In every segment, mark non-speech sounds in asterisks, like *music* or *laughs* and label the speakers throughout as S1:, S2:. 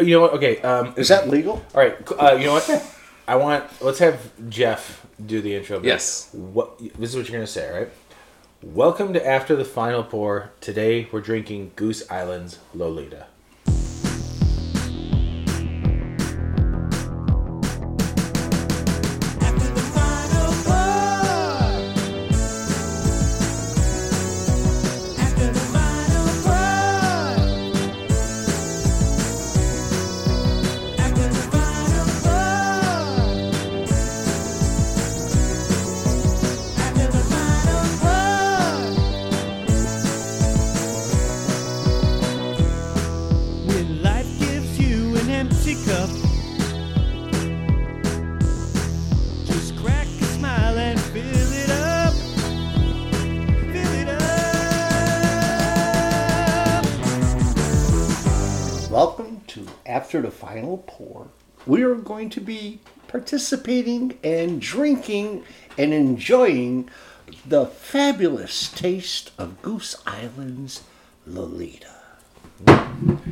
S1: You know what? Okay. Um,
S2: Is that legal?
S1: all right. Uh, you know what? I want. Let's have Jeff do the intro. bit.
S3: Yes.
S1: What? This is what you're gonna say, all right? Welcome to after the final pour. Today we're drinking Goose Island's Lolita.
S4: When life gives you an empty cup, just crack a smile and fill it up. Fill it up.
S2: Welcome to After the Final Pour. We are going to be participating and drinking and enjoying the fabulous taste of Goose Island's Lolita.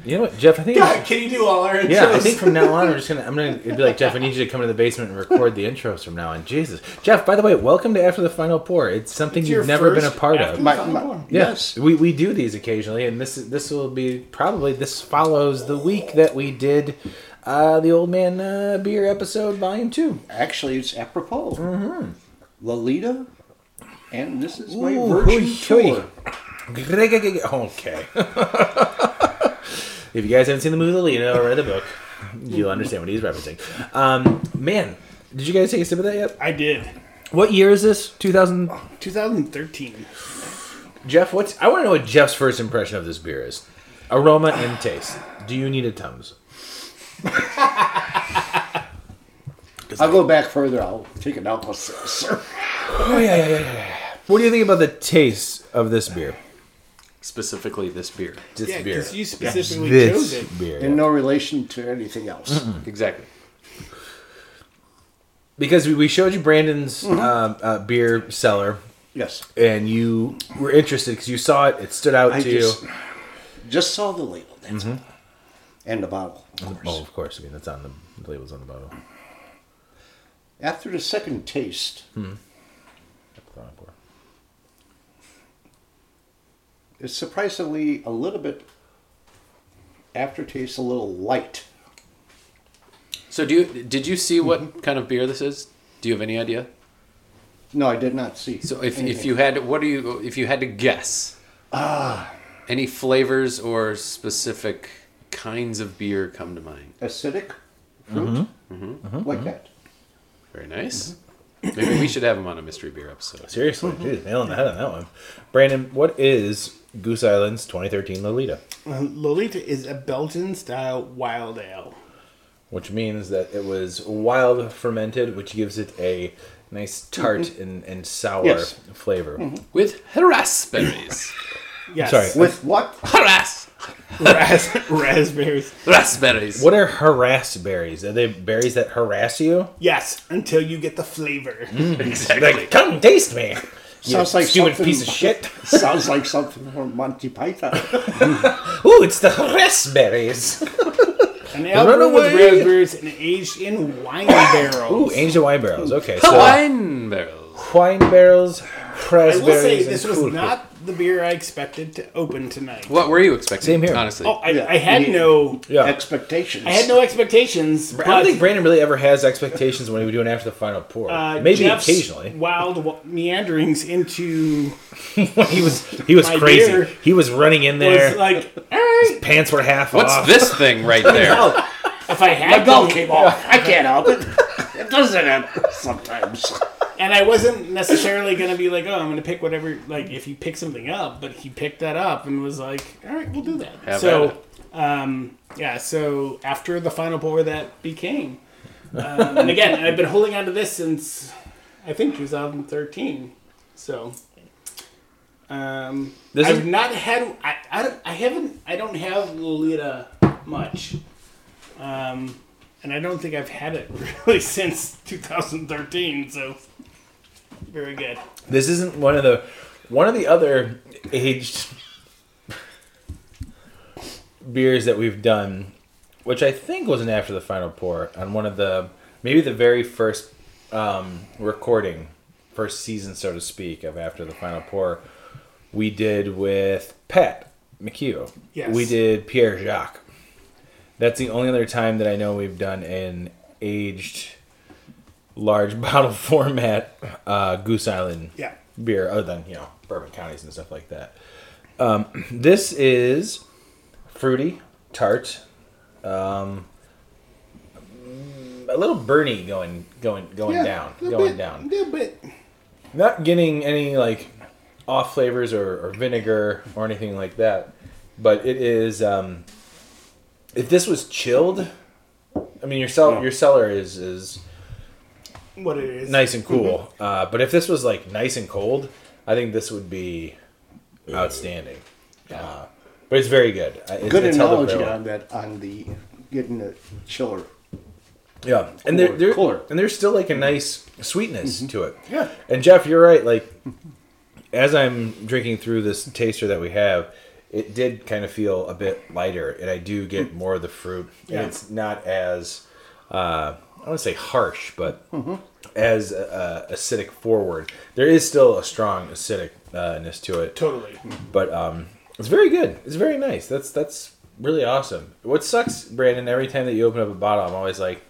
S1: You know what, Jeff? I think.
S3: God, can you do all our intros?
S1: yeah, I think from now on we're just
S3: *laughs*
S1: gonna. I'm gonna it'd be like Jeff. I need you to come to the basement and record the intros from now on. Jesus, Jeff. By the way, welcome to after the final pour. It's something
S3: It's your
S1: you've never been a
S3: first
S1: part
S3: after
S1: of.
S3: the
S2: My-
S3: final
S2: my-
S3: pour.
S1: Yeah,
S2: Yes.
S1: we, we do these occasionally, and this is this will be probably this follows the week that we did uh, the old man uh, beer episode volume two.
S2: Actually, it's apropos. Mm-hmm. Lolita, and this is my
S1: Ooh,
S2: virgin
S1: hooey, hooey.
S2: tour.
S1: Okay. *laughs* if you guys haven't seen the movie Lolita or read the book, you'll understand what he's referencing. Um, man, did you guys take a sip of that yet?
S4: I did.
S1: What year is this? 2000.
S4: 2013.
S1: Jeff, what's I want to know what Jeff's first impression of this beer is. Aroma and taste. Do you need a Tums?
S2: I'll go back further. I'll take an alcohol sip.
S1: Oh yeah, yeah, yeah, yeah, yeah. What do you think about the taste of this beer?
S3: Specifically, this beer.
S1: This
S4: Yeah,
S1: beer.
S4: because you specifically chose
S1: this
S4: it.
S1: beer.
S2: In no relation to anything else.
S3: Exactly.
S1: Because we, we showed you Brandon's
S4: Mm-hmm.
S1: um uh, beer cellar,
S2: Yes.
S1: and you were interested because you saw it. It stood out
S2: I
S1: to
S2: just,
S1: you.
S2: just saw the label. That's all. And the bottle, of course.
S1: Oh, of course. I mean, that's on the, the labels on the bottle.
S2: After the second taste, it's surprisingly a little bit aftertaste, a little light.
S3: So, do you did you see what kind of beer this is? Do you have any idea?
S2: No, I did not see.
S3: So, if, if
S2: anything.
S3: you had, what do you? If you had to guess, ah, any flavors or specific kinds of beer come to mind?
S2: acidic fruit, Mm-hmm. like that.
S3: Very nice. Maybe we should have him on a mystery beer episode.
S1: Seriously,
S4: Mm-hmm.
S1: dude, nail on the head on that one. Brandon, what is Goose Island's 2013 Lolita?
S4: Uh, Lolita is a Belgian style wild ale.
S1: which means that it was wild fermented, which gives it a nice tart
S4: Mm-hmm.
S1: and, and sour
S2: Yes.
S1: flavor.
S3: With harassberries.
S4: Yes.
S1: Sorry.
S2: With what?
S3: Harass!
S4: *laughs* Ras- raspberries.
S3: Raspberries.
S1: What are harass berries? Are they berries that harass you?
S4: Yes, until you get the flavor.
S1: Mm.
S3: Exactly.
S1: Like, come taste me. you
S2: Sounds like
S1: stupid
S2: something-
S1: piece of shit.
S2: *laughs* Sounds like something from Monty Python.
S1: Ooh, it's the harass berries.
S4: An ale brewed with
S1: Runaway.
S4: raspberries and aged in wine barrels.
S1: *coughs* Ooh, angel wine barrels. Okay, so
S3: Hawaiian barrels.
S1: wine barrels,
S4: I
S1: raspberries.
S4: will say
S1: and
S4: this was
S1: cool-
S4: not the beer I expected to open tonight.
S3: What were you expecting?
S1: Same here.
S3: Honestly.
S4: Oh, I,
S2: Yeah,
S4: I had
S2: we-
S4: no,
S1: Yeah.
S2: Expectations.
S4: I had no expectations.
S1: I don't
S4: but,
S1: think Brandon really ever has expectations when we do an after the final pour.
S4: uh,
S1: Maybe
S4: Jeff's
S1: occasionally. *laughs*
S4: Wild w- meanderings into
S1: he was he was
S4: My
S1: crazy.
S4: beer
S1: He was running in there.
S4: was like, all right.
S1: Pants were half
S3: What's
S1: off.
S3: this thing right there?
S4: If I had to,
S2: came
S4: *laughs*
S2: off. I can't help it. It doesn't happen sometimes.
S4: and I wasn't necessarily gonna be like, oh, I'm gonna pick whatever. Like, if you pick something up, but he picked that up and was like, all right, we'll do that.
S3: Have at
S4: so,
S3: it.
S4: um, yeah. So after the final pour, that became. Um, and again, I've been holding on to this since I think 2013. So, um,
S1: This
S4: I've
S1: is-
S4: not had. I, I, don't, I haven't. I don't have Lolita much. Um, and I don't think I've had it *laughs* really since 2013. So very good.
S1: This isn't one of the one of the other aged beers that we've done which I think was an after the final pour on one of the maybe the very first um, recording, first season, so to speak, of after the final pour, we did with Pat McHugh.
S4: Yes.
S1: We did Pierre Jacques. That's the only other time that I know we've done an aged large *laughs* bottle format uh, Goose Island
S4: Yeah.
S1: beer, other than you know bourbon counties and stuff like that. Um, this is fruity, tart, um, a little burny going going going down,
S4: a
S1: going
S4: bit,
S1: down.
S4: Yeah, but
S1: Not getting any like off flavors or, or vinegar or anything like that, but it is. Um, if this was chilled, I mean your cell your cellar is is
S4: what it is.
S1: nice and cool.
S2: Mm-hmm.
S1: Uh, but if this was like nice and cold, I think this would be outstanding. Uh, but it's very good. I- It's,
S2: Good
S1: it's held up very
S2: analogy
S1: well.
S2: on that on the getting the chiller.
S1: Yeah, and there,
S2: Cooler,
S1: there,
S2: cooler.
S1: and there's still like a nice sweetness to it.
S4: Yeah.
S1: And Jeff, you're right. Like, as I'm drinking through this taster that we have, it did kind of feel a bit lighter, and I do get more of the fruit.
S4: Yeah.
S1: And it's not as uh, I want to say harsh, but as uh, acidic forward. There is still a strong acidicness to it
S4: Totally.
S1: but um, it's very good. It's very nice. That's that's really awesome. What sucks, Brandon? Every time that you open up a bottle, I'm always like,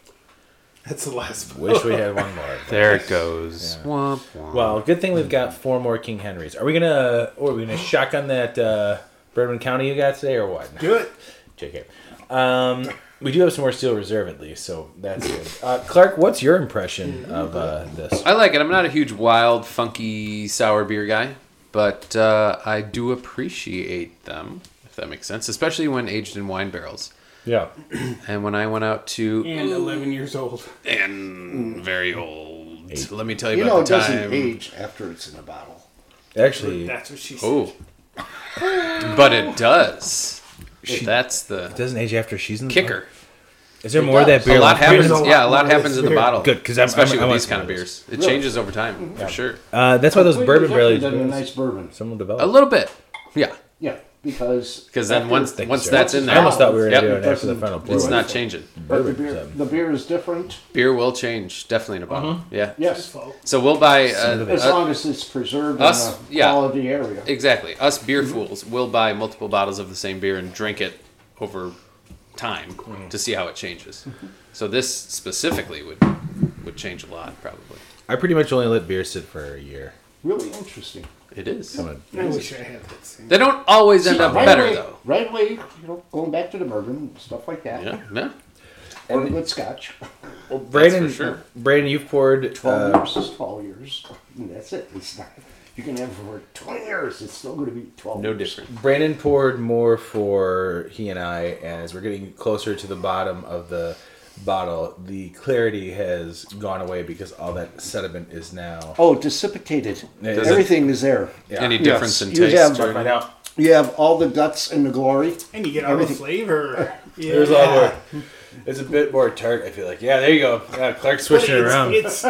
S4: That's the last one.
S1: wish we had one more.
S3: There it goes. Womp, womp.
S1: Well, good thing we've got four more King Henrys. Are we gonna or are we gonna shotgun that uh, Bourbon County you got today or what?
S4: Do it.
S1: JK. Um, we do have some more Steel Reserve at least, so that's good. Uh, Clark, what's your impression of uh, this?
S3: I like it. I'm not a huge wild, funky, sour beer guy, but uh, I do appreciate them, if that makes sense, especially when aged in wine barrels.
S1: Yeah,
S3: And when I went out to
S4: And 11 years old.
S3: and very old, let me tell you,
S2: You know,
S3: about
S2: it
S3: the
S2: doesn't
S3: time.
S2: age after it's in a bottle.
S1: actually, it
S4: That's what she said.
S3: Oh, but it does. That's the
S1: doesn't age after she's in the
S3: kicker.
S1: Is there more of that
S2: does.
S1: beer?
S3: A lot
S1: left?
S3: happens.
S4: a lot
S3: Yeah, a lot
S4: more
S3: happens in the
S4: beer.
S3: bottle.
S1: Good, 'cause I'm-
S3: especially
S1: I'm- I like
S3: with these kind of
S1: those.
S3: beers, it changes over time for sure.
S1: Uh, that's why those
S2: Wait,
S1: bourbon
S2: there's
S1: barrels.
S2: actually done a nice bourbon.
S1: Some will
S3: A
S1: develop.
S3: little bit, yeah.
S2: Yeah, because
S3: Because then
S2: after-
S3: once once that's in
S1: I
S3: there,
S1: almost thought we were
S3: Yep.
S1: gonna do it after the final pour.
S3: it's not changing.
S2: but the
S1: bourbon,
S2: beer,
S1: so.
S2: the beer is different.
S3: Beer will change definitely in a bottle.
S1: Mm-hmm.
S3: Yeah.
S2: Yes,
S3: So we'll buy uh,
S2: as
S3: uh,
S2: long as it's preserved
S3: us-
S2: in a
S3: yeah.
S2: quality area.
S3: exactly us beer
S1: Mm-hmm.
S3: fools will buy multiple bottles of the same beer and drink it over time
S1: Mm-hmm.
S3: to see how it changes. So this specifically would would change a lot probably.
S1: I pretty much only let beer sit for a year.
S2: really interesting.
S3: It is.
S4: I wish I had that same.
S3: They don't always end up
S2: right
S3: better
S2: away,
S3: though.
S2: Right away, you know, going back to the bourbon and stuff like that,
S3: Yeah. Yeah.
S2: or good scotch.
S1: uh, Well, Brandon,
S3: for sure.
S1: Brandon, you've poured.
S2: Twelve
S1: Uh,
S2: years is twelve years, and that's it. It's not. You can have it for twenty years. It's still going to be twelve.
S3: No
S2: years.
S3: different.
S1: Brandon poured more for he and I as we're getting closer to the bottom of the bottle. The clarity has gone away because all that sediment is now.
S2: Oh, dissipated.
S1: Does it-
S2: Everything is there.
S1: Yeah.
S3: Any
S1: Yes,
S3: difference in
S2: you
S3: taste?
S2: have-
S3: or
S1: Find out.
S2: You have all the guts and the glory.
S4: And you get all the flavor.
S1: *laughs*
S4: Yeah.
S1: There's a lot more. It's a bit more tart. I feel like. Yeah, there you go. Yeah, Clark's
S4: But
S1: switching it
S4: it's-
S1: around. It's,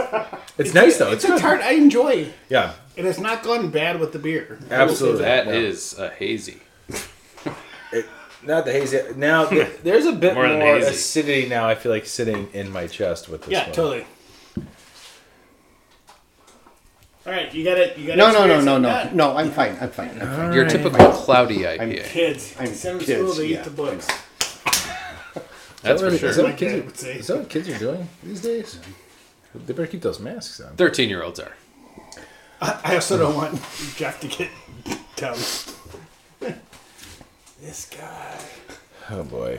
S4: It's,
S1: nice though.
S4: it's
S1: It's,
S4: a
S1: good.
S4: tart I enjoy.
S1: Yeah,
S4: It has not gone bad with the beer.
S1: absolutely.
S3: That
S1: Yeah.
S3: is a hazy.
S1: Not the hazy.
S3: *laughs*
S1: Now th- there's a bit
S3: More
S1: more,
S3: than hazy.
S1: acidity now. I feel like sitting in my chest with this.
S4: Yeah,
S1: one.
S4: totally. All right, you got it. You got
S2: No, no, no, no, no, no. I'm fine. I'm fine. I'm fine.
S3: Your typical cloudy IPA.
S4: Kids,
S2: I'm
S4: send them to
S2: kids,
S4: school. They
S2: yeah.
S4: eat the books.
S3: That's for
S1: Is that
S3: sure.
S1: what kids
S4: dad
S1: are-
S4: would say.
S1: Is that what kids are doing these days? They better keep those masks on.
S3: Thirteen year olds are.
S4: I also don't want Jeff to get dumb. this guy.
S1: Oh boy.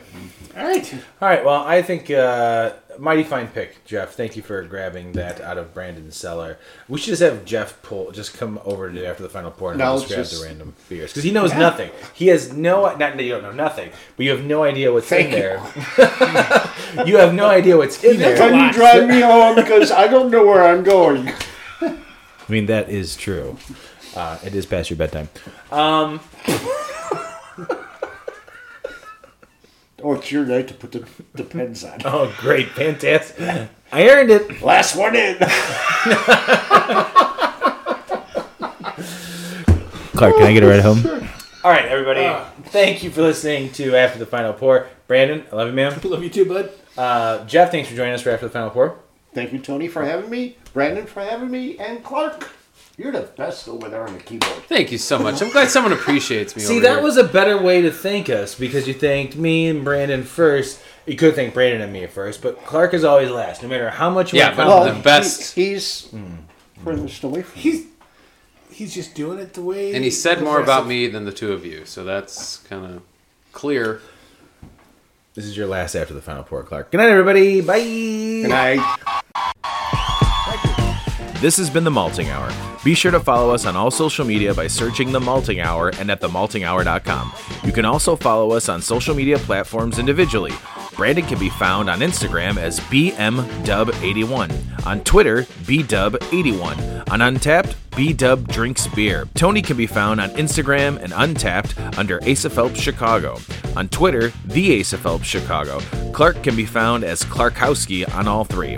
S4: All right.
S1: All right. Well, I think uh, mighty fine pick, Jeff. Thank you for grabbing that out of Brandon's cellar. We should just have Jeff pull, just come over to after the final pour and
S2: No,
S1: he'll just grab
S2: just-
S1: the random beers because he knows nothing. He has no, not that you don't know nothing, but you have no idea what's in
S2: Thank
S1: there. *laughs* you have no idea what's in there.
S2: Can you drive me home because I don't know where I'm going?
S1: I mean, that is true. Uh, it is past your bedtime.
S2: Oh, it's your night to put the, the pins on.
S1: Oh, great. Fantastic. I earned it.
S2: Last one in.
S1: Clark, can I get a ride home? All right, everybody. Thank you for listening to After the Final Pour. Brandon, I love you, man.
S4: Love you too, bud.
S1: Uh, Jeff, thanks for joining us for After the Final Pour.
S2: Thank you, Tony, for having me, Brandon, for having me, and Clark. You're the best over there on the keyboard.
S3: Thank you so much. I'm glad someone appreciates
S1: *laughs*
S3: me.
S1: See,
S3: over
S1: that
S3: here.
S1: was a better way to thank us because you thanked me and Brandon first. You could thank Brandon and me first, but Clark is always last, no matter how much you
S3: Yeah,
S1: want
S3: but-
S1: to
S3: Well,
S1: compliment.
S3: the best. Hmm.
S2: he- he's furthest away from
S4: He's he's just doing it the way.
S3: and he said more
S4: Yes.
S3: about me than the two of you, so that's kind of clear.
S1: This is your last after the final pour, Clark. Good night, everybody. Bye.
S2: And I
S1: This has been The Malting Hour. Be sure to follow us on all social media by searching The Malting Hour and at themaltinghour.com. You can also follow us on social media platforms individually. Brandon can be found on Instagram as BMDub81, on Twitter, BDub81, on Untapped, BDub Drinks Beer. Tony can be found on Instagram and Untapped under Asa Phelps Chicago, on Twitter, The Asa Phelps Chicago. Clark can be found as Clarkowski on all three.